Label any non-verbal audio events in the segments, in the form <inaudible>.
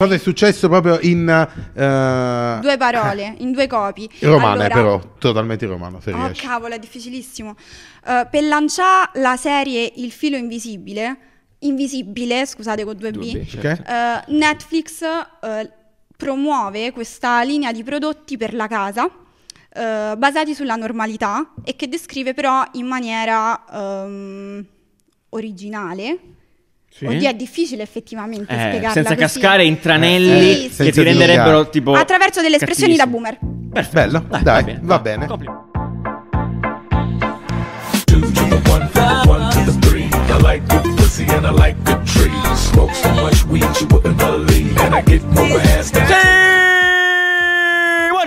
Cosa è successo proprio in... eh, Due parole, in due copi. Romana Allora- però, totalmente in romano se Oh riesci. cavolo, è difficilissimo. Eh, per lanciare la serie Il filo invisibile, invisibile, scusate con due B, Due B, certo. Ok. eh, Netflix eh, promuove questa linea di prodotti per la casa eh, basati sulla normalità e che descrive però in maniera ehm, originale. Sì. Oddio, è difficile effettivamente Eh, spiegarla senza così. cascare in Eh, tranelli sì, che senza ti renderebbero dilungare. tipo Attraverso delle espressioni da cattivissimo. boomer. Perfetto. Bello, dai, va bene. Complimenti. Two to the one, from the one to the three. I like good pussy and I like good trees. Smoke so much weed you wouldn't believe. And I get more ass than Sì!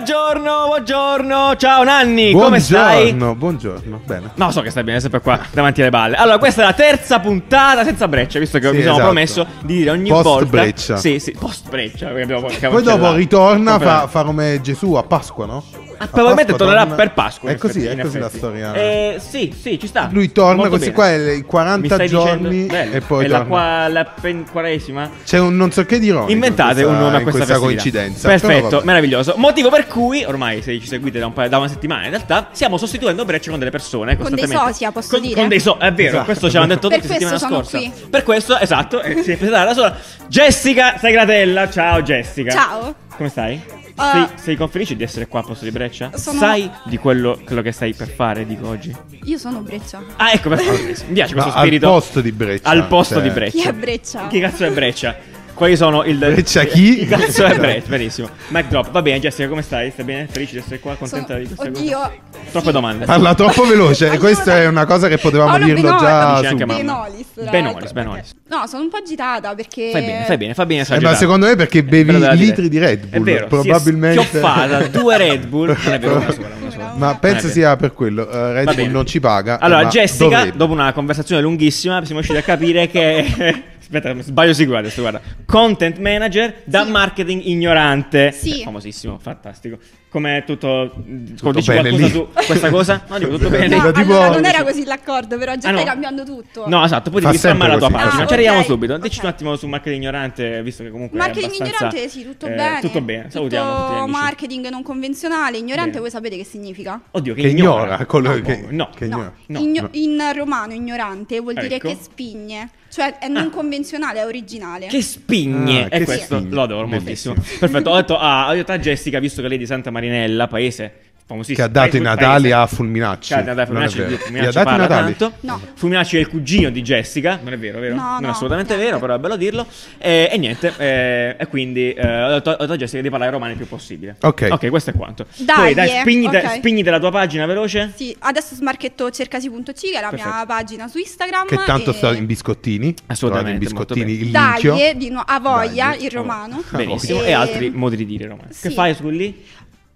Buongiorno, buongiorno. Ciao Nanni, come stai? Buongiorno, buongiorno, bene. No, so che stai bene, sei sempre qua davanti alle balle. Allora, questa è la terza puntata senza breccia, visto che Sì, mi sono esatto. promesso di dire ogni Post volta breccia. Sì, sì, post breccia. perché abbiamo Poi dopo cancellato. ritorna, fa, Confermato. fa come Gesù a Pasqua, no? A Probabilmente Pasqua tornerà torna- per Pasqua. È in così, effetti, è in così la effetti. storia. Eh, sì, sì, ci sta. Lui torna, Molto questi bene. qua è il- i 40 Mi stai giorni dicendo- e bello. poi È la, torna. qua- la pen- quaresima. C'è un non so che di ironico Inventate in un nome a in questa, questa festività. coincidenza. Però Perfetto, vabbè. meraviglioso. Motivo per cui, ormai se ci seguite da, un paio- da una settimana in realtà, stiamo sostituendo Breccia con delle persone. Con costantemente. dei sosia, posso con, dire? Con dei so, è vero, Esatto. questo ci hanno detto Per tutti settimana questo sono scorsa. qui. Per questo, esatto, eh, si è presentata da sola Jessica Segratella. Ciao Jessica. Ciao. Come stai? Eh. sei, sei con felice di essere qua a posto di Breccia? Sono- Sai di quello, quello che stai per fare, dico oggi? Io sono Breccia. <laughs> Ah, ecco, perfetto. Mi piace Ma questo al spirito. posto di Breccia, Al posto cioè. di Breccia. Chi è Breccia? Chi cazzo è Breccia? Quali sono il. Breccia chi? Chi cazzo è Breccia? Benissimo. Mic drop. Va bene, Jessica, come stai? Stai bene? Felice di essere qua? Contenta Sono- di questa Oddio. cosa? Troppe domande. Parla troppo veloce, Aiuto. questa è una cosa che potevamo Paolo dirlo Benova, già dice anche subito. mamma. Benolis. tra Benolis, l'altro. Benolis. No, sono un po' agitata perché... Fai bene, fai bene, fai bene. Eh, ma esagerato. secondo me perché bevi Però della litri di Red Bull, È vero, probabilmente. Si è schioffata due Red Bull. Non <laughs> è vero, una sola, una sola. Ma penso sia per quello. eh, Va Red Bull bene. non ci paga. eh, Allora, ma Jessica, dovrebbe. dopo una conversazione lunghissima, siamo riusciti a capire che. <laughs> Aspetta, sbaglio sicuro adesso, guarda. Content manager da Sì. marketing ignorante. Sì. Famosissimo, fantastico. Come tutto. Tutto dici bene qualcosa lì. su questa cosa? No, dico tutto bene. No, Era allora tipo- non era così l'accordo, però già Ah, no. stai cambiando tutto. No, esatto, poi Fa devi sempre spammare la tua così. pagina. Ah, Ci arriviamo ok, subito. Dici ok. un attimo su marketing ignorante, visto che comunque. è Marketing eh, abbastanza, ignorante, sì, tutto eh, bene. Tutto bene, salutiamo Tutto tutti gli amici. marketing non convenzionale, ignorante, Bene. voi sapete che significa? Oddio, che, Ah, che ignora, quello no, che, no. che ignora. No, No. Igno- No. in romano ignorante vuol dire Ecco. Ah. che spigne, cioè è non convenzionale, è originale. Che spigne! Ah, e che questo spigne. lo adoro Bellissimo. moltissimo. Perfetto, ho detto ah, ho detto a Jessica, visto che lei è di Santa Marinella, paese famosissimo. Che ha dato i paese- Natali a paese- Fulminacci. Che ha dato i Non è Fulminacci, vero. di- Gli ha Fulminacci dato i parla Natali. tanto. No. Fulminacci è il cugino di Jessica. Non è vero, vero? No, non no, è assolutamente niente. vero, però è bello dirlo. Eh, e niente, eh, e quindi eh, ho, detto, ho detto a Jessica di parlare romano il più possibile. Ok. Ok, questo è quanto. Dai, Poi, dai eh, spignite, ok. spignite la tua pagina veloce. Sì, adesso smarchetto cercasi.c che è la mia Perfetto. pagina su Instagram. Che tanto e- sta in biscottini. Assolutamente, Trovate In molto biscottini il linchio. Daglie, eh, di nu- a voglia, Daglie. il romano. <laughs> Benissimo. E... altri modi di dire romano. sì. Che fai su lì?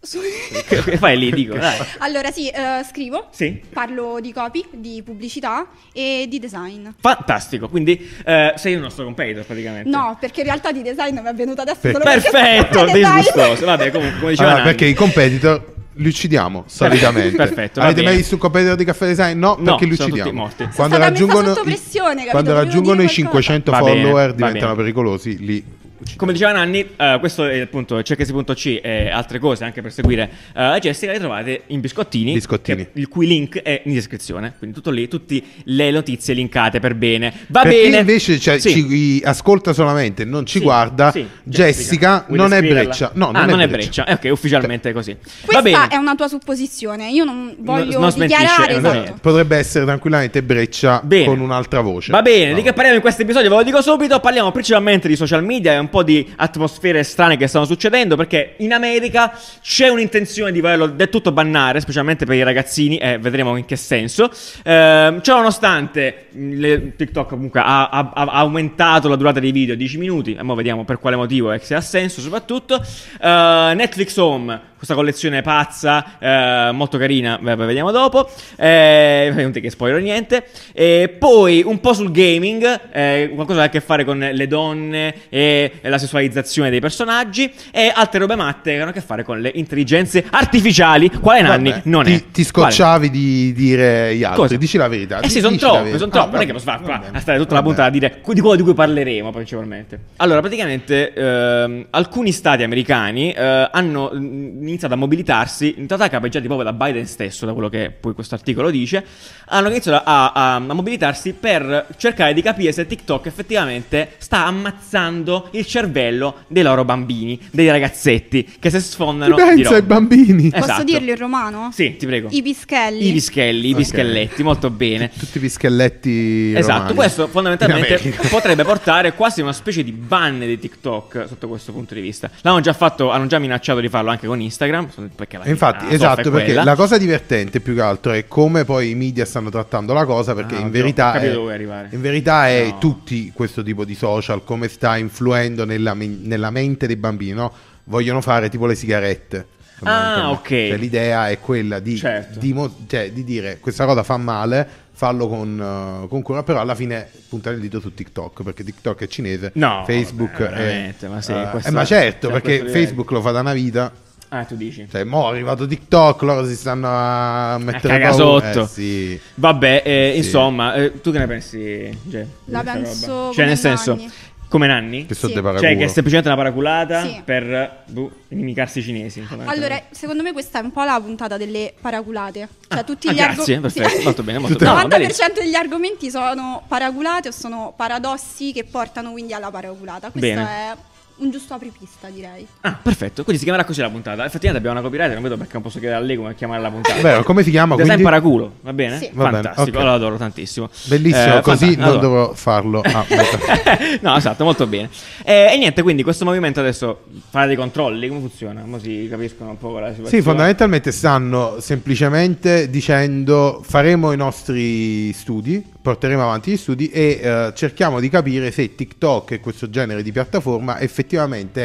Su- Che, che fai lì? <laughs> Dico, dai. <laughs> allora sì, eh, scrivo, Sì. parlo di copy, di pubblicità e di design. Fantastico, quindi eh, sei il nostro competitor praticamente. No, perché in realtà di design mi è venuta adesso Per- solo perché- <laughs> Perfetto, perché design- disgustoso. Vabbè, comunque, come diceva Ah, Nanni. perché i competitor li uccidiamo solitamente. perfetto, va Avete mai bene. visto un competitor di caffè design? No, No, perché li sono tutti uccidiamo. morti. Sono Quando stata messa raggiungono, sotto pressione, capito? quando Dovevo raggiungono dire i qualcosa. 500 Va bene, follower va diventano bene. pericolosi, li uccidiamo. Come diceva Nanni, eh, questo è appunto cercasi.c e altre cose anche per seguire eh, la Jessica le trovate in biscottini, Biscottini. che- il cui link è in descrizione, quindi tutto lì, tutte le notizie linkate per bene. Va Per chi bene. invece cioè, Sì. ci chi ascolta solamente, non ci Sì, guarda, sì, Jessica, vuoi non è descriverla? breccia. No, non, Ah, è, non breccia. Eh, ok, ufficialmente è così. Va Questa bene. è una tua supposizione, io non voglio non smentisce, dichiarare è una- esatto. Esatto. Cioè, eh, Potrebbe essere tranquillamente breccia con un'altra voce. Va bene, No. di che parliamo in questo episodio? Ve lo dico subito, parliamo principalmente di social media e un po' di atmosfere strane che stanno succedendo perché in America c'è un'intenzione di volerlo del tutto bannare, specialmente per i ragazzini e vedremo in che senso. Ehm, ciononostante mh, le- TikTok comunque ha, ha- ha aumentato la durata dei video a 10 minuti, e mo vediamo per quale motivo e se ha senso soprattutto. Eh, Ehm, Netflix Home questa collezione pazza, eh, molto carina, vabbè, vediamo dopo. Eh, non ti che spoiler niente. E poi un po' sul gaming, eh, qualcosa che ha a che fare con le donne e, e la sessualizzazione dei personaggi e altre robe matte che hanno a che fare con le intelligenze artificiali. Quale Nanni? Vabbè, non ti, è. Ti scocciavi di dire gli altri, Cosa? dici la verità. Eh sì, di- sono dici la troppe, verità. sono troppe. Ah, non è che vabbè, posso fare qua vabbè, a stare tutta la vabbè. puntata a dire cu- di quello di cui parleremo principalmente. Allora, praticamente ehm, alcuni stati americani eh, hanno mm, iniziato a mobilitarsi, in realtà capeggiati proprio da Biden stesso, da quello che poi questo articolo dice, hanno iniziato a, a- a mobilitarsi per cercare di capire se TikTok effettivamente sta ammazzando il cervello dei loro bambini, dei ragazzetti che se Ti sfondano di pensa ai roba. bambini? Eh, esatto. Posso dirlo in romano? Sì, ti prego. I pischelli. I pischelli, i Ok. pischelletti, molto <laughs> bene. Tutti i pischelletti Esatto, romani. questo fondamentalmente In America. <laughs> potrebbe portare quasi a una specie di ban di TikTok sotto questo punto di vista. L'hanno già fatto, hanno già minacciato di farlo anche con Instagram. Perché la E Infatti, la soffa Ah, è esatto, perché quella. la cosa divertente più che altro è come poi i media stanno trattando la cosa, perché Ah, in, oddio, verità ho capito è, dove vuoi arrivare. in verità è No. tutti questo tipo di social, come sta influendo nella, men- nella mente dei bambini, no? Vogliono fare tipo le sigarette. Ah, fondamentalmente. ok. Cioè, l'idea è quella di, Certo. di mo- cioè, di dire questa cosa fa male, fallo con, eh, con cura, però alla fine puntare il dito su TikTok, perché TikTok è cinese, No, Facebook vabbè, è... veramente, ma sì, eh, questo- eh, ma certo, cioè, perché questo livello. Facebook lo fa da una vita. Ah, tu dici. Cioè, mo' è arrivato TikTok, loro si stanno a mettere caga paura. sotto. Eh, sì. Vabbè, eh, Sì. insomma, eh, tu che ne pensi, Gè? La di questa penso roba? Cioè, come nel senso, Nanni. come Nanni? Che so Sì. de paraculo. Cioè, che è semplicemente una paraculata Sì. per boh, inimicarsi i cinesi. fondamentalmente. Allora, secondo me questa è un po' la puntata delle paraculate. Cioè, Ah, tutti ah, gli argo- grazie, sì. <laughs> perfetto, molto bene, molto Tutte- bene. No, no, 90% degli argomenti sono paraculate o sono paradossi che portano quindi alla paraculata. Questo Bene. è un giusto apripista, direi. Ah, perfetto. Quindi si chiamerà così la puntata. Effettivamente abbiamo una copyright, non vedo perché non posso chiedere a lei come chiamare la puntata. Vero, come si chiama? Design Quindi? paraculo, va bene? Sì. Va bene, Fantastico, ok. lo adoro tantissimo. Bellissimo, Eh, così fanta- non allora. dovrò farlo. <laughs> Ah, vabbè. <laughs> no, esatto, molto bene. Eh, e niente, quindi questo movimento adesso farà dei controlli, come funziona? Mo si capiscono un po' la situazione. sì, fondamentalmente stanno semplicemente dicendo faremo i nostri studi, porteremo avanti gli studi e eh, cerchiamo di capire se TikTok e questo genere di piattaforma effettivamente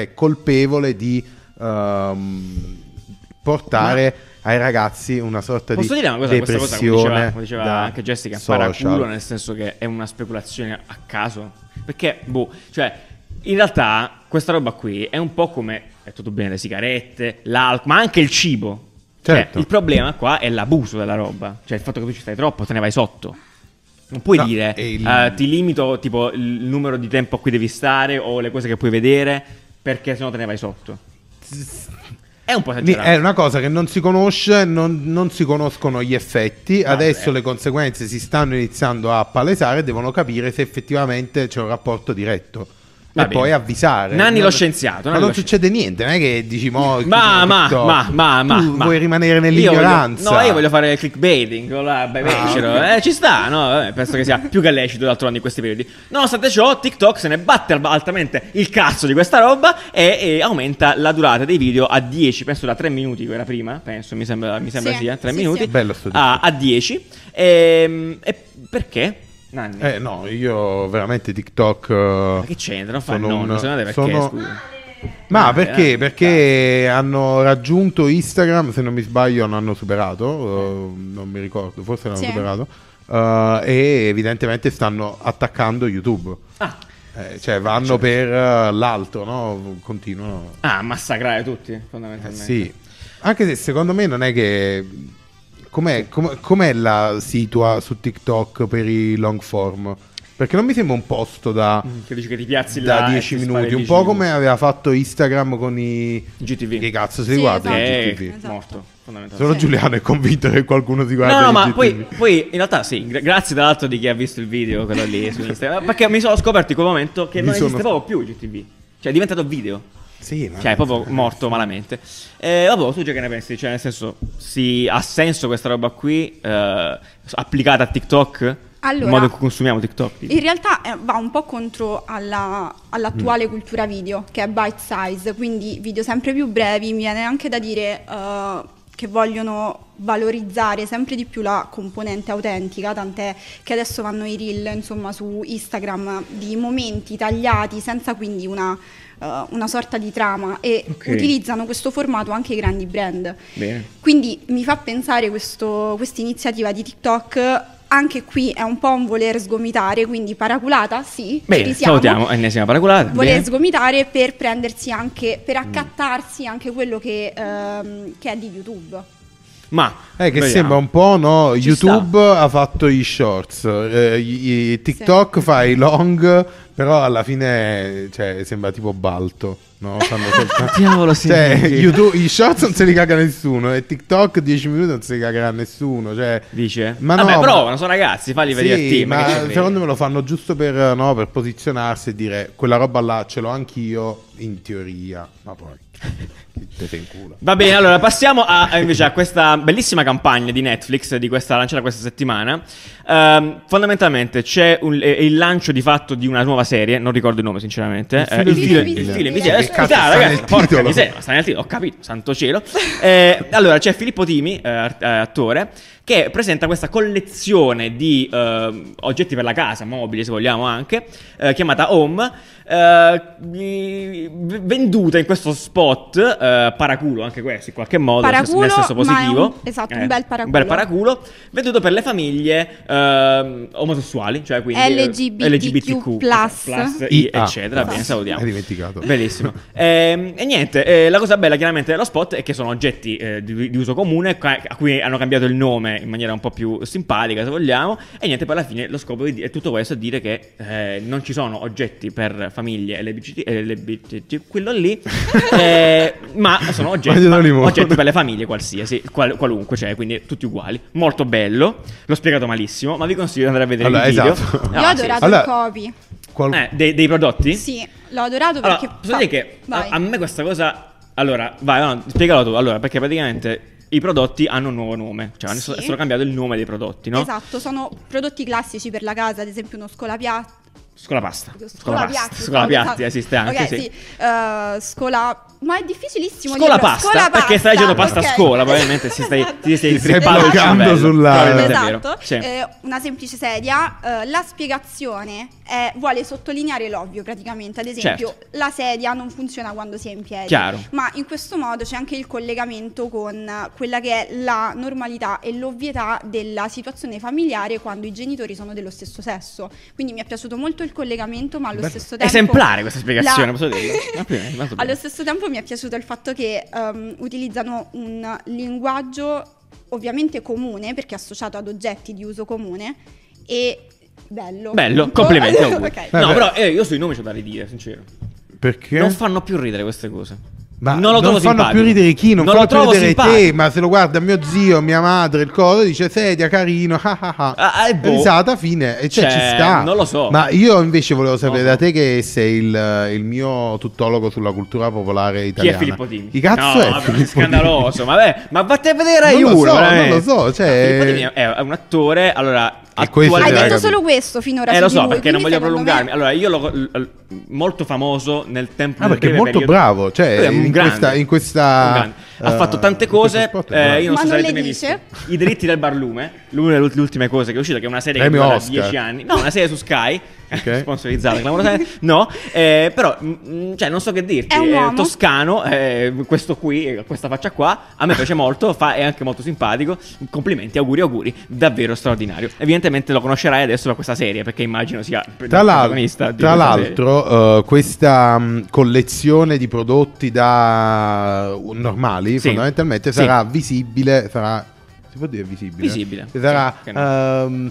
è colpevole di ehm, portare ai ragazzi una sorta Posso di dire una cosa, questa cosa come depressione diceva, come diceva da anche Jessica, social. paraculo, nel senso che è una speculazione a caso. Perché, boh, cioè, in realtà questa roba qui è un po' come, è tutto bene, le sigarette, l'alcol, ma anche il cibo. Cioè, Certo. il problema qua è l'abuso della roba, cioè il fatto che tu ci stai troppo, te ne vai sotto. Non puoi No, dire, e il- eh, ti limito tipo il numero di tempo a cui devi stare o le cose che puoi vedere, perché sennò te ne vai sotto. È un po' Lì esagerato. è una cosa che non si conosce, non, non si conoscono gli effetti, Vabbè. adesso le conseguenze si stanno iniziando a palesare, devono capire se effettivamente c'è un rapporto diretto. Va e bene. poi avvisare. Nanni Non- lo scienziato, Ma Nanni non lo succede niente, non è che dici mo... Ma, chiudiamo ma, TikTok". ma, ma, ma, Tu ma. vuoi rimanere Io nell'ignoranza. Ah, voglio- no, io voglio fare il clickbaiting. con La becero. ok. eh, ci sta, no? Vabbè, penso che sia più che lecito d'altronde in questi periodi. Nonostante ciò, TikTok se ne batte al- altamente il cazzo di questa roba e, e aumenta la durata dei video a 10, penso da 3 minuti, che era prima, penso, mi sembra, mi sembra Sì, sia, 3 sì, minuti. sì. Bello sto a, a 10. Ehm, E, perché? Nanni? Eh no, io veramente TikTok... eh, ma che c'entra? Non fa il sono nonno, un- se no perché, sono- scusa. Ma Ah, perché? eh, Perché hanno raggiunto Instagram, se non mi sbaglio, non hanno superato, eh, non mi ricordo, forse l'hanno Sì. superato, eh, e evidentemente stanno attaccando YouTube. Ah, Eh, cioè vanno Certo. per eh, l'alto, no? Continuano. ah, massacrare tutti, Eh, fondamentalmente. sì. Anche se secondo me non è che... Com'è, com- com'è la situa su TikTok per i long form? Perché non mi sembra un posto da... Che dici che ti piazzi là Da e 10 ti spari minuti, un 10 po' minuti. come aveva fatto Instagram con i GTV. Che cazzo si Sì, guarda esatto. il Eh, GTV? Esatto. morto, fondamentalmente. Solo Sì. Giuliano è convinto che qualcuno si guarda No, no, il ma GTV. poi, poi in realtà sì, gra- grazie tra l'altro di chi ha visto il video, quello lì su Instagram, perché mi sono scoperto in quel momento che Mi non sono- esiste proprio più GTV, cioè è diventato video. Sì, ma- Cioè, è proprio morto malamente. Eh, vabbè, tu già che ne pensi? Cioè, nel senso, si, ha senso questa roba qui eh, applicata a TikTok? Allora- il modo in cui consumiamo TikTok? dico. In realtà eh, va un po' contro alla- all'attuale cultura video, che è bite size, quindi video sempre più brevi, mi viene anche da dire eh, che vogliono valorizzare sempre di più la componente autentica, tant'è che adesso vanno i reel insomma, su Instagram di momenti tagliati senza quindi una, eh, una sorta di trama e Ok. utilizzano questo formato anche i grandi brand. Bene. Quindi mi fa pensare questo- questa iniziativa di TikTok, anche qui è un po' un voler sgomitare, quindi paraculata, sì, Bene, ci siamo. salutiamo, ennesima paraculata. Voler bene. Mm. sgomitare per prendersi anche, per accattarsi anche quello che, ehm, che è di YouTube. Ma Eh, che vediamo. sembra un po', no? Ci YouTube ha fatto i shorts, eh, i- i TikTok fa i long, però alla fine cioè, sembra tipo balto, no? Fanno soltanto- <laughs> Diavolo, sì. cioè, YouTube- i shorts non se li caga nessuno e TikTok 10 minuti non se li cagherà nessuno, cioè... Dice? Ma Vabbè, no, provano, sono ragazzi, falli Sì, vedere a te. ma secondo me lo fanno giusto per, no, per posizionarsi e dire quella roba là ce l'ho anch'io in teoria, ma poi te sei in culo. Va bene, allora passiamo a, a invece a questa bellissima campagna di Netflix di questa lanciata questa settimana. Ehm, fondamentalmente c'è un- eh, il lancio di fatto di una nuova serie, non ricordo il nome sinceramente. Il filo eh, invisibile. il filo Che invisibile. cazzo Aspetta, sta ragazzi, nel porca titolo? miseria, sta nel titolo, ho capito, santo cielo. <laughs> Eh, allora c'è Filippo Timi, eh, art- eh, attore, che presenta questa collezione di ehm, oggetti per la casa, mobili se vogliamo anche, eh, chiamata Home, eh, vi- venduta in questo spot, eh, paraculo anche questo in qualche modo, nel senso- nel Paraculo, senso ma è positivo. Eh, un- esatto, un bel paraculo. bel paraculo, venduto per le famiglie ehm, omosessuali, cioè quindi eh, LGBTQ+, esatto, i- eccetera, Ah, bene, esatto. salutiamo. Hai dimenticato. Bellissimo. Ehm, e niente, eh, la cosa bella chiaramente dello spot è che sono oggetti eh, di, di uso comune ca- a cui hanno cambiato il nome in maniera un po' più simpatica, se vogliamo. E niente, poi alla fine lo scopo di di tutto questo è dire che eh, non ci sono oggetti per famiglie LGBT, eh, LGBT <laughs> quello lì, eh, ma sono oggetti, Voglio limone. oggetti per le famiglie qualsiasi, qual- qualunque, cioè quindi tutti uguali. Molto bello, l'ho spiegato malissimo, ma vi consiglio di andare a vedere Allora, il video. esatto. Io ho Ah, sì. adorato Allora- il copy. Qual- Eh, dei, dei prodotti? Sì, l'ho adorato Allora, perché... posso dire che a, vai. a me questa cosa. Allora, vai, no, spiegalo tu. Allora, perché praticamente i prodotti hanno un nuovo nome. Cioè, hanno Sì. solo cambiato il nome dei prodotti, no? Esatto, sono prodotti classici per la casa, ad esempio uno scolapiatto. Scolapasta. Scolapiatti. Scolapiatti scusate. esiste anche, esatto. Ok, sì. Eh, scola... Ma è difficilissimo Scola dirlo. pasta, Scola perché stai dicendo pasta ok. a scuola, probabilmente si stai- <laughs> ti stai Ti stai trippando il bloccando cervello. sulla- Probabilmente è vero. Esatto, Sì. eh, una semplice sedia. eh, la spiegazione è- vuole sottolineare l'ovvio praticamente. Ad esempio, Certo. la sedia non funziona quando si è in piedi. Chiaro. Ma in questo modo c'è anche il collegamento con quella che è la normalità e l'ovvietà della situazione familiare quando i genitori sono dello stesso sesso. Quindi mi è piaciuto molto il collegamento, ma allo Bello. stesso tempo. Esemplare questa spiegazione, la- <laughs> posso dirlo? Ma prima, molto bene. allo stesso tempo mi è piaciuto il fatto che ehm, utilizzano un linguaggio ovviamente comune, perché associato ad oggetti di uso comune, e bello. Bello, Punto. <laughs> complimenti. auguri. Ok. Vabbè. No, però eh, io sui nomi c'ho da ridire, sincero. Perché? Non fanno più ridere queste cose. Ma non lo non trovo fanno simpatico. più ridere chi, non, Non fanno lo trovo più ridere te, simpatico. ma se lo guarda mio zio, mia madre, il coso, dice sedia, carino, ah ah ah. Ah, eh, boh. Risata, fine, e cioè, Cioè, ci sta. non lo so. Ma io invece volevo sapere No, da no. te che sei il, il mio tuttologo sulla cultura popolare Chi italiana. è Filippo Tini? Chi cazzo no, è? vabbè, Filippo scandaloso. ma Vabbè, ma vattene a vedere Tini? Rai Non lo so, Uno, non veramente. Ah, lo so, Filippo cioè... Tini è è un attore, allora E questo attuale- è Hai Hai detto capito. solo questo finora. Eh su lo di so lui, perché non quindi voglio secondo prolungarmi. me- Allora io lo l- l- molto famoso nel tempo Ah, nel perché è breve molto periodo- bravo, cioè, Lui è un in grande, questa- in un questa, grande. ha eh, fatto tante in questo cose, spot è eh, bravo. io non Ma so se non avete le mai visto. dice? I diritti del barlume, l'una delle ultime cose che è uscita che è una serie che Premio dura Oscar. 10 anni. No, una serie su Sky. Ok. <laughs> Sponsorizzata clamorosamente. No, eh, però mm, cioè, non so che dirti. È un uomo. toscano, eh, questo qui, eh, questa faccia qua. A me piace molto, fa- è anche molto simpatico. Complimenti, auguri, auguri. Davvero straordinario. Evidentemente lo conoscerai adesso da questa serie, perché immagino sia Tra, il l'al- protagonista di tra questa l'altro, eh, questa mh, collezione di prodotti da uh, normali Sì. fondamentalmente Sì. sarà visibile. Sarà, si può dire visibile? Visibile. Sarà. Sì, perché no. ehm,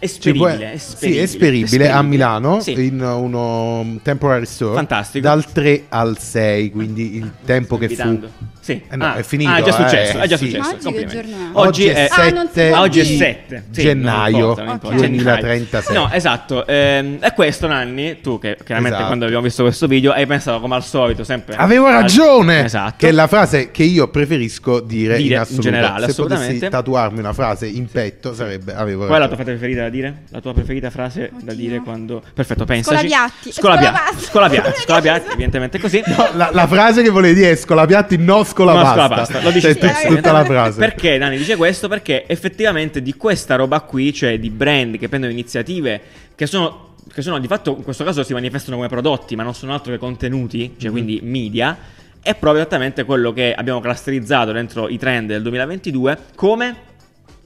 serie. ci può- esperibile, sì, esperibile, esperibile a esperibile. Milano Sì. in uno um, temporary store Fantastico. dal 3 al 6, quindi il tempo che fu. invitando. Sì. Eh no, Ah, è finito, ah, è già eh, successo, è già sì. successo. Ma oggi complimenti. che giorno è? Oggi è Ah, non si 7 può oggi è Sì. 7 Eh, gennaio Ok. 2036. No, esatto. ehm, è questo, Nanni. Tu, che chiaramente Esatto. quando abbiamo visto questo video, hai pensato come al solito. Sempre Avevo al- ragione! Esatto. Che è la frase che io preferisco dire, Dire in in assoluto. generale, Se potessi assolutamente. tatuarmi una frase in petto sarebbe avevo Qual è la tua ragione. frase preferita da dire? La tua preferita frase da Oddio. dire quando. Perfetto, pensaci. Scolapiatti. Scolapiatti. Scolapasta. <laughs> Scolapiatti. Scolapiatti, evidentemente è così. No, la, la frase che volevi dire è scolapiatti, no masco la Masco pasta. Lo dici Cioè, spesso, tut- tutta la frase. Perché Dani dice questo? Perché effettivamente di questa roba qui, cioè di brand che prendono iniziative che sono che sono di fatto in questo caso si manifestano come prodotti, ma non sono altro che contenuti, Mm-hmm. cioè quindi media, è proprio esattamente quello che abbiamo clusterizzato dentro i trend del 2022 come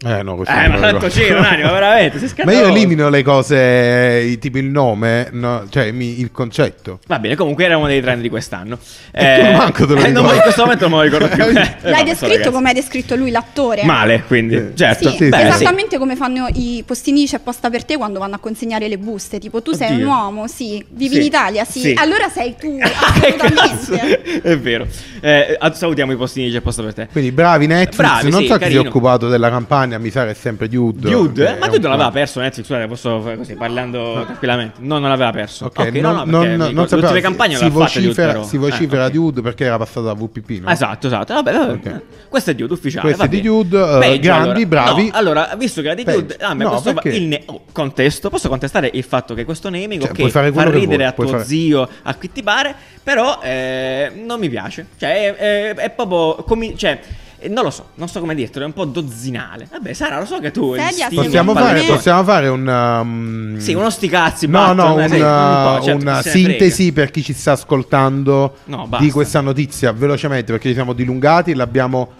Eh, no, questo Eh, non ma lo tanto ricordo. c'era un animo, veramente, sei <laughs> Ma io scandaloso. elimino le cose, i- tipo il nome, no, cioè mi- il concetto. Va bene, comunque era uno dei trend di quest'anno. E tu manco te lo eh, non- ricordi. in questo momento non me lo ricordo più. Eh, vabbè, L'hai sorry, descritto ragazzi. come ha descritto lui l'attore. Male, quindi, Sì. certo. Sì, Sì, Beh, sì. esattamente come fanno i postini di c'è posta per te quando vanno a consegnare le buste. Tipo, tu sei Oddio. un uomo, sì, vivi Sì. in Italia, sì, Sì. allora sei tu, Ah, <laughs> che cazzo? assolutamente. È vero. Eh, a- salutiamo i postini c'è posto per te. Quindi bravi Netflix, Bravi, non sì, so chi si è carino. occupato della campagna, mi sa che è sempre Dude. Dude, eh, ma Dude non non l'aveva perso Netflix, guarda, posso fare così parlando tranquillamente. No, non l'aveva perso. Ok, Ok, no, non, no, non, perché non mi ricordo- sapevo, l'ultima si- campagna si, l'ha fatta Dude, vocifera, però. si Eh, vocifera ok. Dude perché era passata da VPP, no? Esatto, esatto. Vabbè, vabbè, Ok. vabbè. Questo è Dude ufficiale. Questo va è di bene. Dude, eh, Peggio, grandi, bravi. no, allora, visto che era di Peggio. Dude, ah, ma No, questo va- perché? il ne- oh, contesto, posso contestare il fatto che questo nemico Cioè, che puoi fare fa quello che ridere vuoi, a tuo puoi fare- zio a Kitty Bare, però eh, non mi piace. Cioè, è, è- è proprio comi- cioè eh, non lo so, non so come dirtelo, è un po' dozzinale. Vabbè, Sara, lo so che tu Sedia, insigni Possiamo fare, Quindi, per un me- pallone. possiamo fare un... um, Sì, uno sti cazzi, No, Batman, no, eh, sì, una, un po', certo, una chi se ne frega. sintesi per chi ci sta ascoltando No, di basta. questa notizia, velocemente, perché ci siamo dilungati, l'abbiamo...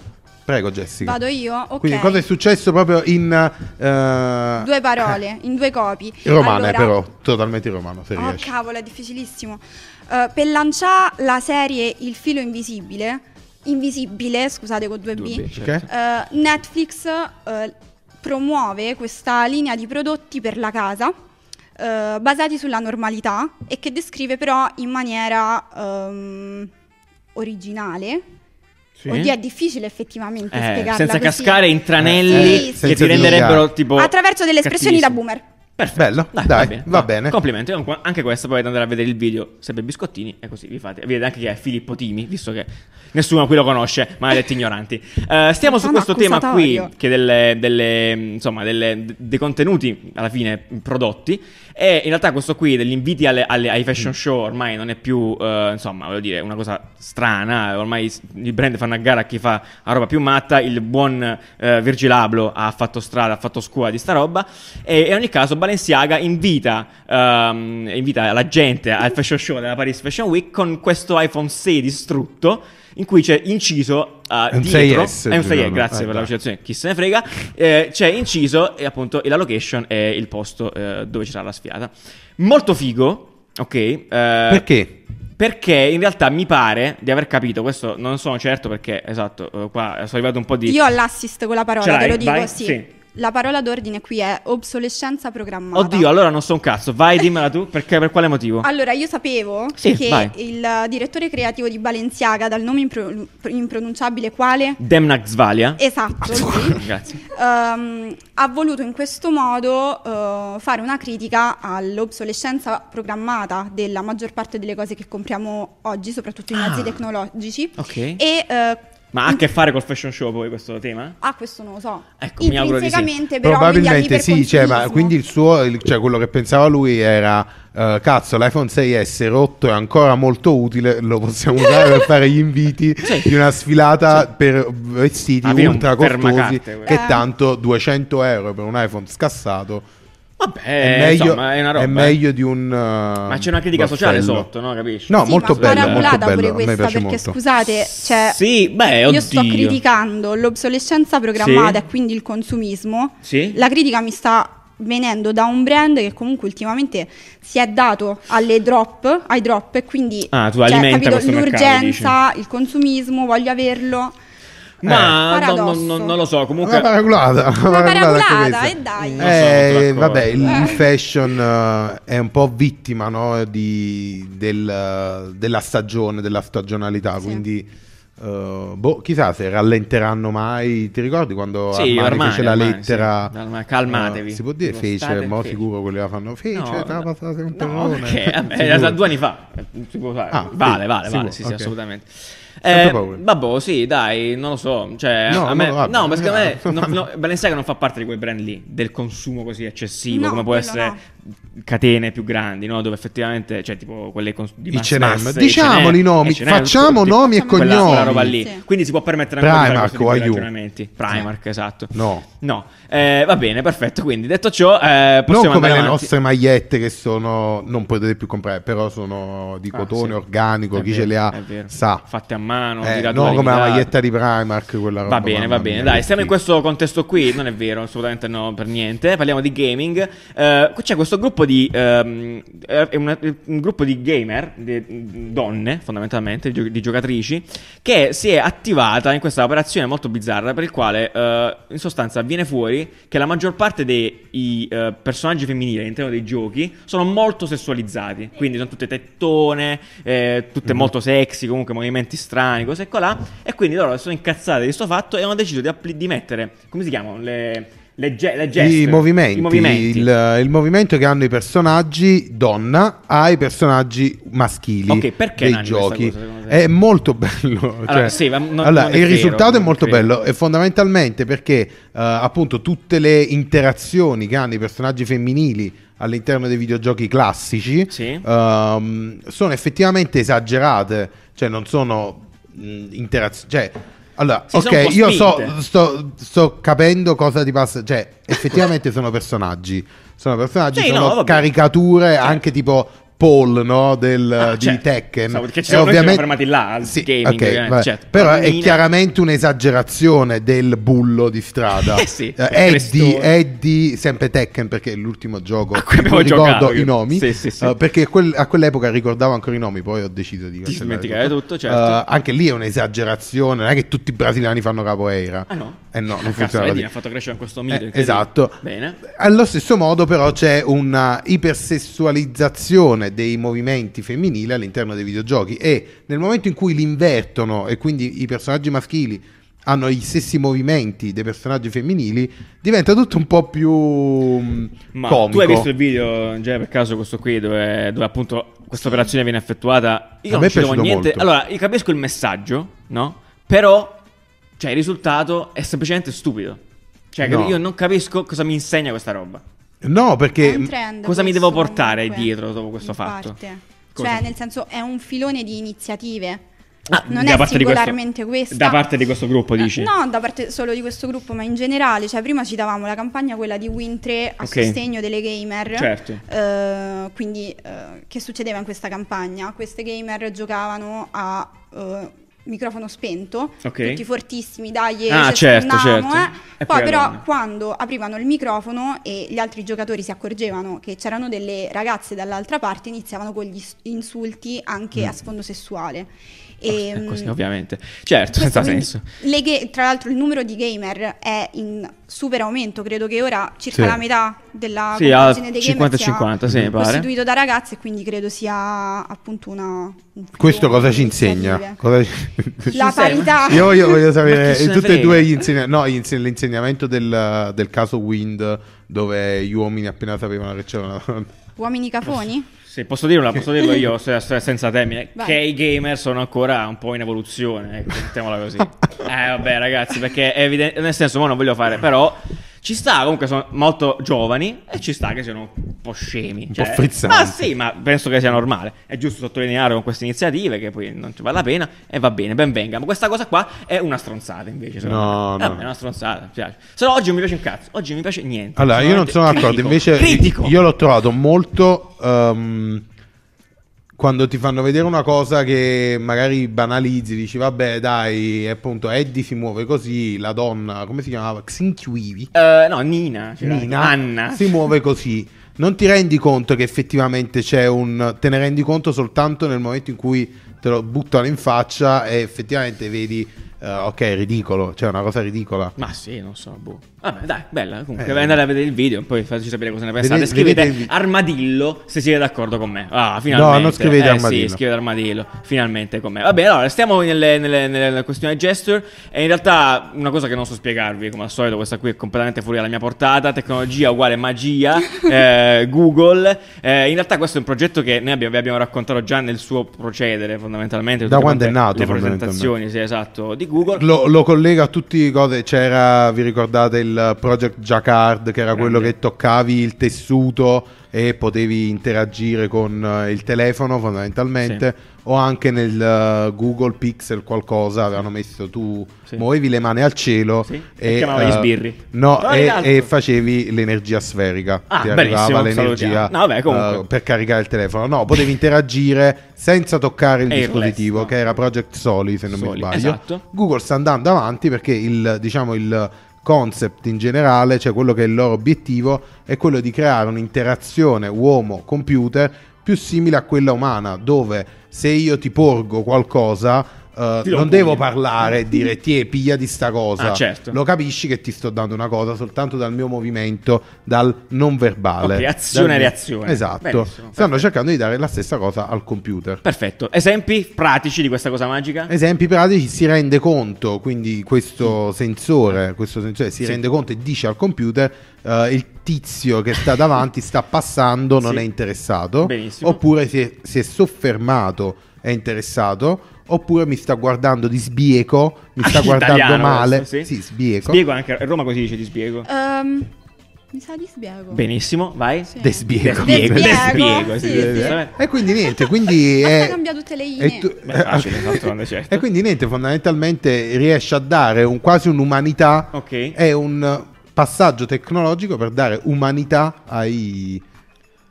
Prego Jessica. Vado io? Ok. Quindi cosa è successo proprio in... eh, Due parole, in due <laughs> copi. Romane Allora- però, totalmente romano, se Oh riesci. cavolo, è difficilissimo. Eh, per lanciare la serie Il filo invisibile, invisibile, scusate con 2 B, Due B, certo. Ok? eh, Netflix eh, promuove questa linea di prodotti per la casa eh, basati sulla normalità e che descrive però in maniera ehm, originale. Sì. Oddio, è difficile effettivamente Eh, spiegarla senza così. cascare in Eh, tranelli sì, che senza ti renderebbero dilungare. tipo Attraverso delle espressioni da cattivissimo. boomer. Perfetto. Bello, dai, va bene. Complimenti. Comunque, Anche questo poi andare a vedere il video, sempre biscottini, e così vi fate. Vedete anche chi è Filippo Timi, visto che nessuno qui lo conosce, ma <laughs> detti ignoranti. Eh, stiamo su Sono questo tema qui, accusatorio. che delle, delle, insomma, delle- de- dei contenuti alla fine prodotti. E in realtà questo qui degli inviti alle- alle- ai fashion Mm. show ormai non è più, eh, insomma, voglio dire, una cosa strana. Ormai s- i brand fanno a gara a chi fa la roba più matta. Il buon eh, Virgil Abloh ha fatto strada, ha fatto scuola di sta roba. E e in ogni caso Balenciaga invita, ehm, invita la gente al fashion show della Paris Fashion Week con questo iPhone 6 distrutto in cui c'è inciso eh, È un dietro 6S, è un 6S, Giuliano. grazie Eh, dai. per la precisazione, chi se ne frega, eh, c'è inciso e appunto e la location è il posto eh, dove ci sarà la sfilata. Molto figo, ok? eh, Perché? Perché in realtà mi pare di aver capito, questo non sono certo perché, esatto, eh, qua sono arrivato un po' di... Io ho l'assist con la Ce parola, l'hai? te lo dico, Cioè, Vai. sì. Sì. La parola d'ordine qui è obsolescenza programmata. Oddio, allora non so un cazzo, vai dimmela tu, perché per quale motivo? Allora, io sapevo Sì, che vai. il eh, direttore creativo di Balenciaga, dal nome impro- impronunciabile quale? <laughs> Demnax Valia. Esatto, <laughs> sì. Grazie. Ehm, ha voluto in questo modo eh, fare una critica all'obsolescenza programmata della maggior parte delle cose che compriamo oggi, soprattutto i mezzi Ah. tecnologici. Ok. E eh, Ma ha a che fare col fashion show poi questo tema? ah, questo non lo so. Ecco, mi auguro di sì. Intrinsecamente, però, Probabilmente sì, cioè, ma l'iperconsumismo. quindi il suo, il- cioè quello che pensava lui era eh, cazzo, l'iPhone 6S rotto è ancora molto utile, lo <laughs> possiamo usare per fare gli inviti di una sfilata per vestiti Avere un ultra costosi fermacarte, quello. che Eh. tanto 200 euro per un iPhone scassato Vabbè, è, meglio, insomma, è una roba. è eh. meglio di un eh, Ma c'è una critica sociale sotto, no? Capisci? No, Sì, molto ma bello, paraculata molto bello, a pure me questa, piace perché molto. scusate, cioè, Sì, beh, io sto oddio. criticando l'obsolescenza programmata Sì. e quindi il consumismo. Sì? La critica mi sta venendo da un brand che comunque ultimamente si è dato alle drop, ai drop e quindi cioè, Ah, tu alimenta questo mercato, l'urgenza, il consumismo, voglio averlo. Ma Eh. non- non, Paradosso. non lo so, comunque... Una paraculata, Una anche paraculata, questa. e dai. Non sono Eh, d'accordo. vabbè, il Eh. fashion eh, è un po' vittima no, di- del, eh, della stagione, della stagionalità, Sì. quindi eh, boh, chissà se rallenteranno mai. Ti ricordi quando Sì, Armani ormai, fece la ormai, lettera? sì. Ma calmatevi. Eh, si può dire Non fece, state- ma fece. sicuro quelli la fanno fece, No, te la passate cioè, un no, terrone. perché, vabbè, Sicuro. da due anni fa eh, si può usare. Ah, vale, sì, vale, si vale, può, sì, sì, ok. assolutamente. Sempre Eh, paura. vabbè, sì, dai, non lo so. Cioè, No, a me, no, vabbè, eh, no, perché no. a <laughs> me no, no, Balenciaga non fa parte di quel brand lì, del consumo così eccessivo, No, come può quello essere catene più grandi, no? Dove effettivamente, cioè, tipo quelle cons- di I mass- H&M. masse, Diciamoli i nomi, H&M, facciamo tutti- nomi e quella- Quella cognomi. roba lì. Sì. Quindi si può permettere ancora di fare Primark questo tipo di o IU. ragionamenti. Primark, esatto. No. No, Eh, va bene, perfetto. Quindi detto ciò, eh, Non possiamo come andare le avanti. nostre magliette che sono, non potete più comprare, però sono di Ah, cotone sì. organico, È chi ce vero, le è ha vero. sa. Fatte a mano, Eh, di non gradualità. come la maglietta di Primark, quella roba. Va bene, mamma va bene. mia, Dai, che stiamo in schifo. questo contesto qui. Non è vero, assolutamente no, per niente. Parliamo di gaming. Eh, c'è questo gruppo di. ehm, eh, è una- un gruppo di gamer, di- donne fondamentalmente, di, gio- di giocatrici, che si è attivata in questa operazione molto bizzarra. Per il quale, eh, in sostanza, viene fuori che la maggior parte dei i, eh, personaggi femminili all'interno dei giochi sono molto sessualizzati. Quindi sono tutte tettone, eh, tutte Mhm. molto sexy, comunque movimenti strani, cose e colà. E quindi loro sono incazzate di sto fatto e hanno deciso di, appli- di mettere, come si chiamano? Le, le, ge- le gesture, I movimenti, i movimenti. Il, il movimento che hanno i personaggi donna ai personaggi maschili Ok, perché dei Nanni, questa giochi. cosa, secondo te? è molto bello. Allora, cioè- sì, ma non- allora, non è il vero, risultato è non molto credo. bello e fondamentalmente perché eh, appunto tutte le interazioni che hanno i personaggi femminili all'interno dei videogiochi classici Sì. ehm, sono effettivamente esagerate, cioè non sono interazioni, cioè allora, Sì, sono un ok, po' io so, spinte. sto, sto capendo cosa ti passa. Cioè, effettivamente sono personaggi. Sono personaggi, Sì, sono no, vabbè. caricature Certo. anche tipo. Paul no, del, Ah, di certo. Tekken Stavo- che ci E siamo- noi ci siamo fermati là, al gaming, ok, ovviamente, vabbè. certo. però è Bambine. chiaramente un'esagerazione del bullo di strada <laughs> Eh sì, Eh, crestone. Eddie, Eddie sempre Tekken perché è l'ultimo gioco A a cui cui abbiamo ricordo giocato, i che- nomi sì, sì, sì. eh, perché a quel- a quell'epoca ricordavo ancora i nomi poi ho deciso di cancellare dimenticare tutto, certo. Eh, anche lì è un'esagerazione non è che tutti i brasiliani fanno capoeira Ah no? eh no, non Ah, funziona cazzo, così. vedi, ha fatto crescere questo mito, incredibile. esatto. Bene. Allo stesso modo, però, c'è una ipersessualizzazione dei movimenti femminili all'interno dei videogiochi. E nel momento in cui li invertono, e quindi i personaggi maschili hanno gli stessi movimenti dei personaggi femminili, diventa tutto un po' più mh, Ma comico. tu hai visto il video, già per caso questo qui, dove, dove appunto questa operazione viene effettuata? Io A non me è ci trovo piaciuto niente. molto. Allora, io capisco il messaggio, no? Però, cioè, il risultato è semplicemente stupido. Cioè, No. io non capisco cosa mi insegna questa roba. No, È perché un trend cosa mi questo, devo portare comunque, dietro dopo questo in fatto? parte. Cosa? Cioè, nel senso, è un filone di iniziative. Ah, non da è parte di questo- singolarmente questa. da parte di questo gruppo, Eh, dici? No, da parte solo di questo gruppo, ma in generale. Cioè, prima citavamo la campagna quella di Win 3 a Ok. sostegno delle gamer. Certo. Eh, quindi, eh, che succedeva in questa campagna? Queste gamer giocavano a eh, microfono spento, Ok. tutti fortissimi, dai, eh, Ah, ci certo, sfondiamo, certo. eh. E Poi, poi però, allora? quando aprivano il microfono e gli altri giocatori si accorgevano che c'erano delle ragazze dall'altra parte, iniziavano con gli s- insulti anche Mm. a sfondo sessuale. E, Eh, così, mm, ovviamente. Certo, questo senza quindi- senso. le ga- tra l'altro il numero di gamer è in super aumento, credo che ora circa Sì. la metà della Sì, al compagine dei gamer sia 50-50, sì, mi pare. costituito da ragazze, quindi credo sia appunto una... un questo filone cosa di ci insegna? iniziative. Cosa ci- La Ci serve? parità. <laughs> Io voglio, voglio Ma sapere chi se ne tutti e frega? due gli insegna- no, gli inse- l'insegnamento del, del caso Wind dove gli uomini appena sapevano che c'era una donna. Uomini cafoni? Sì, posso dirlo, posso <laughs> dirlo io se- se- senza termine. Vai. Che i gamer sono ancora un po' in evoluzione, ecco, mettiamola <laughs> così. eh, vabbè, ragazzi, perché è evidente. Nel senso, mo non voglio fare, però. Ci sta, comunque sono molto giovani e ci sta che siano un po' scemi. cioè, po' frizzanti. Ma sì, ma penso che sia normale. È giusto sottolineare con queste iniziative che poi non ci vale la pena e va bene, ben venga. Ma questa cosa qua è una stronzata invece. secondo No, me. no. Vabbè, è una stronzata, mi piace. Se no oggi non mi piace un cazzo, oggi non mi piace niente. <laughs> Allora, io non sono d'accordo, critico, invece critico. io l'ho trovato molto ehm, quando ti fanno vedere una cosa che magari banalizzi, dici vabbè dai, appunto Eddie si muove così, la donna, come si chiamava? Xinchiwiwi, Eh, no, Nina, c'era- Nina, Anna. si muove così. Non ti rendi conto che effettivamente c'è un... te ne rendi conto soltanto nel momento in cui te lo buttano in faccia e effettivamente vedi, eh, ok, ridicolo, cioè una cosa ridicola. Ma sì, non so, boh. Vabbè, dai, bella. Comunque, Eh. andate a vedere il video, poi fateci sapere cosa ne pensate. Vedete- scrivete vedete il vi- armadillo se siete d'accordo con me. Ah, finalmente. No, non scrivete Eh, armadillo. Sì, scrivete armadillo, finalmente con me. Vabbè, allora, stiamo nelle, nelle, nelle questioni gesture. E in realtà, una cosa che non so spiegarvi, come al solito, questa qui è completamente fuori dalla mia portata. Tecnologia <laughs> uguale magia, eh, Google. Eh, in realtà, questo è un progetto che noi abbiamo, vi abbiamo raccontato già nel suo procedere, fondamentalmente. Da tutte quando è quante nato, Le fondamentalmente. presentazioni, sì, esatto, di Google. Lo, lo collega a tutte le cose. C'era, vi ricordate, il Project Jacquard, che era quello che toccavi il tessuto e potevi interagire con eh, il telefono, fondamentalmente. O anche nel eh, Google Pixel qualcosa avevano messo tu Sì. muovevi le mani al cielo Sì, e chiamava gli eh, sbirri. No, Ah, in e, alto. e facevi l'energia sferica. Ah, Ti bellissimo, arrivava l'energia salutiamo. No, vabbè, comunque. eh, per caricare il telefono. No, potevi interagire senza toccare il Airless, dispositivo, no. che era Project Soli, se non Soli, mi sbaglio. esatto. Google sta andando avanti perché il, diciamo, il concept in generale, cioè quello che è il loro obiettivo, è quello di creare un'interazione uomo-computer più simile a quella umana, dove se io ti porgo qualcosa, eh, Ti lo non pugni. devo parlare e dire ti è piglia di sta cosa. Ah, certo. Lo capisci che ti sto dando una cosa soltanto dal mio movimento, dal non verbale. Ok, azione Dal- e reazione. Esatto. Benissimo, Stanno perfetto. cercando di dare la stessa cosa al computer. Perfetto. Esempi pratici di questa cosa magica? Esempi pratici si rende conto, quindi questo sensore, questo sensore cioè si Sì. rende conto e dice al computer eh, il tizio che sta davanti sta passando, non Sì. è interessato, Benissimo. oppure si è, si è soffermato, è interessato, oppure mi sta guardando di sbieco, mi sta guardando Ah, Italiano, male, questo, sì. sì, sbieco, Spiego anche a Roma così dice ti spiego. Ehm, mi sa di sbiego. Benissimo, vai. Sì. De sbiego. Despiego. De spiego, Despiego, sì, sì, sì. giustamente. E quindi niente, quindi... <laughs> Basta è- cambiare tutte le e linee. tu- Beh, <laughs> facile, d'altronde, certo. E quindi niente, fondamentalmente riesce a dare un- quasi un'umanità Ok. è un passaggio tecnologico per dare umanità ai...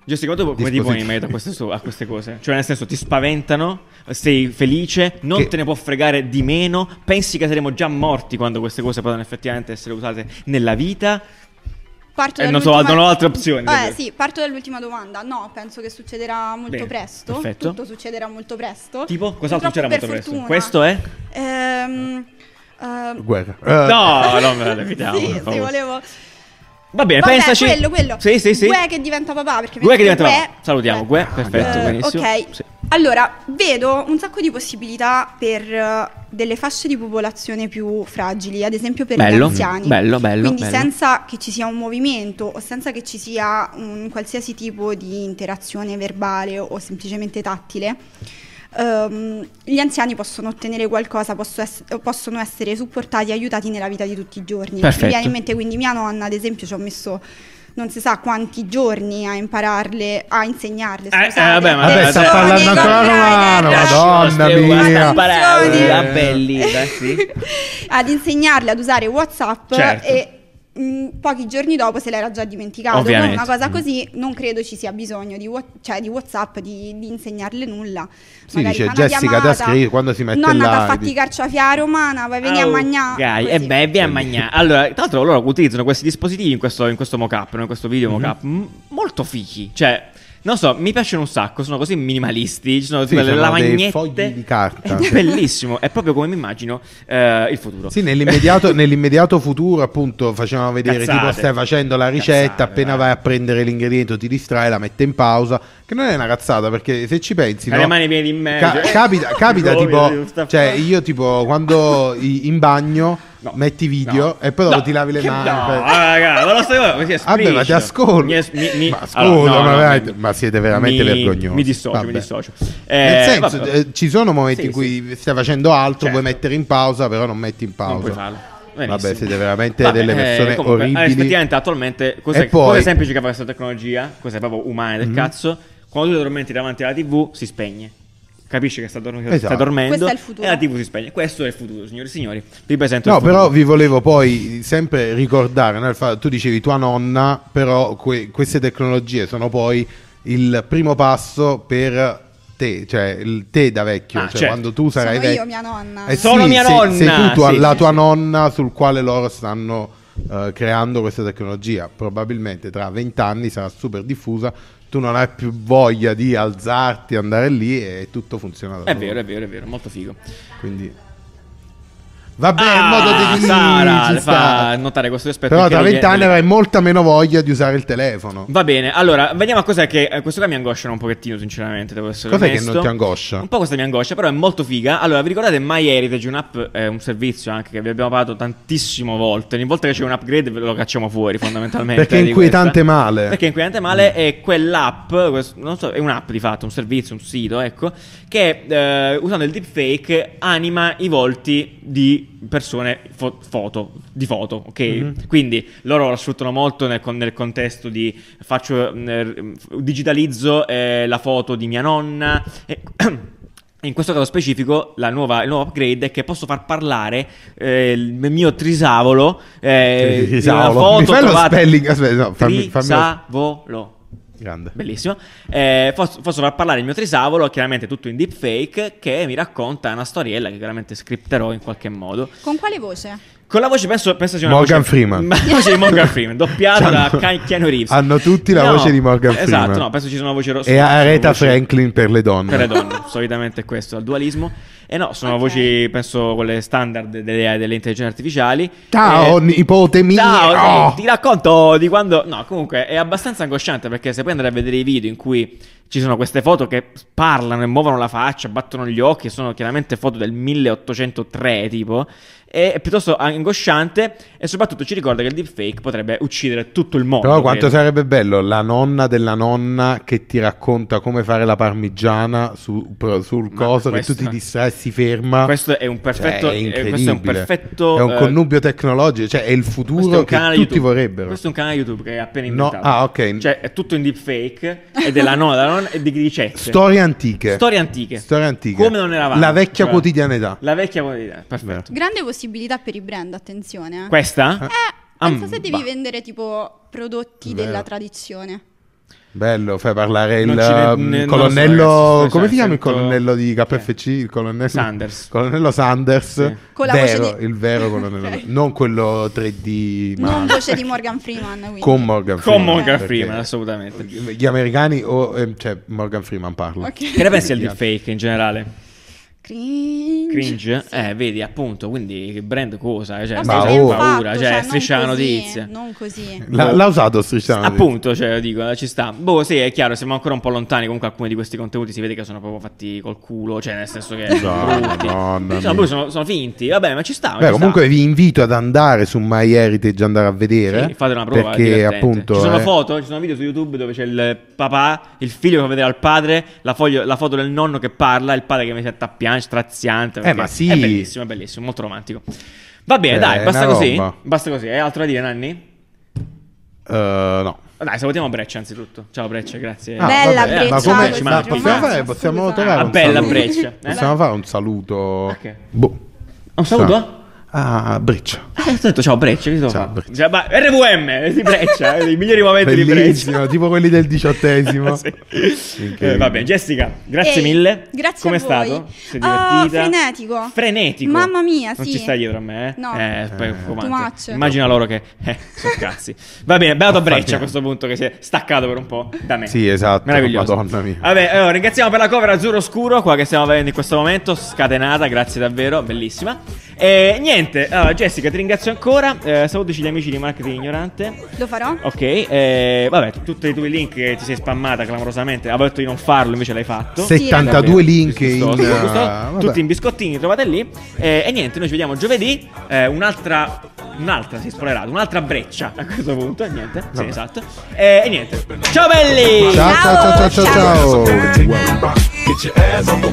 Giusto, come tu come ti poni in Dispositivi. merito a queste, su- a queste cose? Cioè, nel senso, ti spaventano, sei felice, non Che- te ne può fregare di meno, pensi che saremo già morti quando queste cose potranno effettivamente essere usate nella vita. Parto Eh, non so, dall'ultima- non ho altre opzioni, Eh, davvero. sì, parto dall'ultima domanda. No, penso che succederà molto Bene, presto. perfetto. Tutto succederà molto presto. Tipo, cos'altro Purtroppo, c'era per molto presto? fortuna. Questo è? Ehm, ehm, Guerra. No, no, me la <laughs> evitiamo, sì, per sì, favore. volevo. Va bene, Vabbè, pensaci. quello, quello. Sì, sì, sì. Gue che diventa papà, perché Gue che mentre diventa papà. Gue- Salutiamo, Gue, perfetto, Eh, benissimo. ok, Sì. allora vedo un sacco di possibilità per eh, delle fasce di popolazione più fragili, ad esempio per gli Bello, anziani. bello, bello, Quindi bello. senza che ci sia un movimento o senza che ci sia un qualsiasi tipo di interazione verbale o semplicemente tattile. ehm, gli anziani possono ottenere qualcosa, posso ess- possono essere supportati e aiutati nella vita di tutti i giorni. Perfetto. Mi viene in mente quindi mia nonna, ad esempio, ci ho messo non si sa quanti giorni a impararle, a insegnarle. Eh, eh, scusate. vabbè, ma- Vabbè, Eh, sta sì. parlando Nico ancora romano, Braga. madonna Sì, guarda, mia. parole, Eh. la bellina, Ah, sì. ad insegnarle ad usare WhatsApp Certo. e mh, pochi giorni dopo se l'era già dimenticato. Poi Ovviamente. Una Mm. cosa così non credo ci sia bisogno di, Wha- cioè, di WhatsApp di, di insegnarle nulla. Si dice fa una Jessica chiamata, da scrivere quando si mette Nonna là, t'ha fatti dici- i carciofi a Romana, vai venire a Oh, mangiare. gai, Così. e beh, via a magnà. Allora, tra l'altro loro utilizzano questi dispositivi in questo, in questo mock-up, no? in questo Mhm. video mock-up, m- molto fichi. Cioè, non so, mi piacciono un sacco, sono così minimalisti, ci sono tutte le sono dei lavagnette. fogli di carta. È bellissimo, è proprio come mi immagino eh, il futuro. Sì, nell'immediato, nell'immediato futuro, appunto, facevano vedere tipo Cazzate. stai facendo la ricetta, Cazzate, appena dai. vai a prendere l'ingrediente ti distrai, la mette in pausa, che non è una cazzata perché se ci pensi... Ha no, le mani piene di me. Ca- cioè- capita, <laughs> capita Proprio, tipo, sta- cioè io tipo quando i- in bagno No. metti video No. e poi dopo No. ti lavi le Che- mani. No, fai- raga, non lo sapevo. così Vabbè, ma ti esplicito. ascolto. Mi es- mi- mi- Ma scusa, allora, no, ma, no, veramente- mi- ma siete veramente mi- vergognosi. Mi dissocio, mi Vabbè. dissocio. Eh, Nel senso, vabbè. eh, ci sono momenti Sì, in cui stai facendo altro, Certo. vuoi mettere in pausa, però non metti in pausa. Non puoi farlo. Benissimo. Vabbè, siete veramente Vabbè, delle eh, persone comunque, eh, orribili. Effettivamente, attualmente, cos'è, E poi- Mm-hmm. cos'è semplice che fa questa tecnologia? Cos'è proprio umana del cazzo? Quando tu ti addormenti davanti alla TV, si spegne. Capisci che sta, dor- sta Esatto. dormendo Questo è il futuro. e la TV si spegne. Questo è il futuro, signori e signori. Vi presento No, il futuro. però vi volevo poi sempre ricordare, no, il fatto- tu dicevi tua nonna, però que- queste tecnologie sono poi il primo passo per te, cioè il te da vecchio, Ah, cioè certo. quando tu sarai Sono io, vecchio. mia nonna. Eh Sono sì, mia sei- nonna! Sei tu tua- Sì, la sì, tua sì. nonna sul quale loro stanno eh, creando questa tecnologia. Probabilmente tra vent'anni sarà super diffusa. Tu non hai più voglia di alzarti, andare lì e tutto funziona da È solo. vero, è vero, è vero, molto figo. Quindi Vabbè, è Ah, un modo di dire. Sara, ci le sta. fa notare questo aspetto. Però che tra non gli- vent'anni avrai molta meno voglia di usare il telefono. Va bene, allora, vediamo cos'è che... eh, Questa qua mi angoscia un pochettino, sinceramente, devo essere Cos'è che onesto. non ti angoscia? Un po' questa mi angoscia, però è molto figa. Allora, vi ricordate MyHeritage, un'app, è un servizio anche che vi abbiamo parlato tantissimo volte. Ogni volta che c'è un upgrade ve lo cacciamo fuori, fondamentalmente. eh, Perché è di questa. inquietante male. Perché è inquietante male è quell'app, quest- non so, è un'app di fatto, un servizio, un sito, ecco, che eh, usando il deepfake anima i volti di persone fo- foto, di foto, ok? Mm-hmm. Quindi loro lo sfruttano molto nel, con- nel contesto di faccio, eh, digitalizzo eh, la foto di mia nonna. e- <clears throat> In questo caso specifico, la nuova, il nuovo upgrade è che posso far parlare eh, il mio trisavolo. Eh, di una Trisavolo. foto Mi fai lo trovata- spelling? Aspetta, no, fammi- fammi lo- Trisavolo. Grande. Bellissimo. Eh, posso, posso far parlare il mio trisavolo, chiaramente tutto in deepfake, che mi racconta una storiella che chiaramente scripterò in qualche modo. Con quale voce? Con la voce penso, penso sia una Morgan voce... Freeman. <laughs> Ma la voce di Morgan Freeman, doppiata da Hanno- Ke- Keanu Reeves. hanno tutti la voce di Morgan Esatto, Freeman. no, penso ci sia una voce rossa. E Aretha Franklin per le donne. Per le donne, solitamente è questo, il dualismo. E no, sono Ok. voci, penso, quelle standard delle, delle intelligenze artificiali. Ciao, Eh, nipote mia. Ciao, Oh! ti racconto di quando. No, comunque è abbastanza angosciante perché se poi andare a vedere i video in cui ci sono queste foto che parlano e muovono la faccia, battono gli occhi, sono chiaramente foto del 1803, tipo. È è piuttosto angosciante e soprattutto ci ricorda che il deepfake potrebbe uccidere tutto il mondo. Però quanto credo. sarebbe bello la nonna della nonna che ti racconta come fare la parmigiana su- pro- sul Ma coso questo- che tu ti distrai e si ferma. Questo è un perfetto. Cioè, è eh, questo è un incredibile. perfetto. È un eh, connubio tecnologico, cioè è il questo è futuro un che canale tutti YouTube. vorrebbero. Questo è un canale YouTube che è appena No, inventato. ah, ok. Cioè, è tutto in deepfake <laughs> e della nonna, della nonna e di ricette. Storie antiche. Storie antiche. Storie antiche. Come non eravamo. La vecchia Cioè, quotidianità. La vecchia quotidianità, perfetto. Grande possibilità per i brand, attenzione. eh. Ah, Questa? eh, pensa se Amba. devi vendere tipo prodotti mm, Vero. della tradizione. Bello, fai parlare il Non ci ve- ne- um, non lo so, eh, ragazzi, colonnello. sto- come si chiama il sento- Eh. colonnello di KFC? Il colonnello Sanders. <laughs> Colonnello Sanders. Sì. Con la vero, voce di- il vero colonnello. <laughs> Ok. Non quello 3D, ma Non voce <laughs> di Morgan Freeman. Quindi. con Morgan Freeman. Con Morgan perché Freeman, assolutamente. Gli americani o ehm, cioè Morgan Freeman parla. Ok. Che ne pensi del deepfake in generale? Cringe. Cringe? Eh, vedi, appunto, quindi che brand cosa? Cioè, Non Ma so oh. se è un paura, fatto, cioè, non striscia la così, notizia. Non così. La- l'ha usato Striscia la Notizia? Appunto, cioè, dico, ci sta. Boh, sì, è chiaro, siamo ancora un po' lontani. Comunque, alcuni di questi contenuti si vede che sono proprio fatti col culo, cioè, nel senso No, che. brutti. Esatto, madonna sono, mia. proprio- sono- sono finti. Vabbè, ma ci sta. ma Beh, ci sta. comunque vi invito ad andare su MyHeritage andare a vedere. Sì, fate una prova Perché divertente. appunto ci sono eh, foto, ci sono video su YouTube dove c'è il papà, il figlio che fa vedere al padre, la, foglio- la foto del nonno che parla, il padre che mi si atta a piangere, straziante. perché Eh, ma sì. È bellissimo, è bellissimo, molto romantico. Va bene, Eh, dai, basta una così. roba. Basta così. Hai altro da dire, Nanni? eh, no. Dai, salutiamo Breccia anzitutto. Ciao Breccia, grazie. eh, Ah, Bella vabbè, Breccia, Ma come- questo ma possiamo romanzo, fare, possiamo assolutamente. trovare Ah, un bella saluto? Breccia, eh? Possiamo fare un saluto. Ok. Boh. Un saluto? Ah, Breccia. Eh, ho detto ciao Breccia, che si Ciao, fa? Breccia. Cioè, ma RVM di Breccia, eh, i migliori momenti di Bellissimo, tipo quelli <laughs> del diciottesimo. Breccia. sì. Eh, vabbè, Jessica, grazie Ehi, mille. grazie Come a è stato? voi. Sei Ah, divertita? frenetico. Frenetico. Mamma mia, Non sì. ci stai dietro a me, eh? No. Eh, poi, Eh. fumante. Too much. Immagina loro che eh, sono cazzi. Va <laughs> bene, beato a Breccia a Affarniamo. questo punto che si è staccato per un po' da me. Sì, esatto, Meraviglioso. madonna mia. Vabbè, allora, ringraziamo per la cover azzurro scuro qua che stiamo avendo in questo momento, scatenata, grazie davvero, bellissima. E niente, allora, Jessica, ti ringrazio ancora. Eh, salutici gli amici di Marketing Ignorante. Lo farò? Ok, eh, vabbè, tu- tutti i tuoi link che ti sei spammata clamorosamente, avevo detto di non farlo, invece l'hai fatto. Sì, 72 link in, Disgustoso, disgustoso. ah, vabbè. tutti in biscottini, trovate lì. Eh, e niente, noi ci vediamo giovedì. eh, un'altra, un'altra, si è spoilerato, un'altra breccia a questo punto. e Niente, sì, Vabbè. esatto. Eh, e niente, ciao belli! ciao, ciao, ciao, ciao, ciao. Rock, Get your ass on the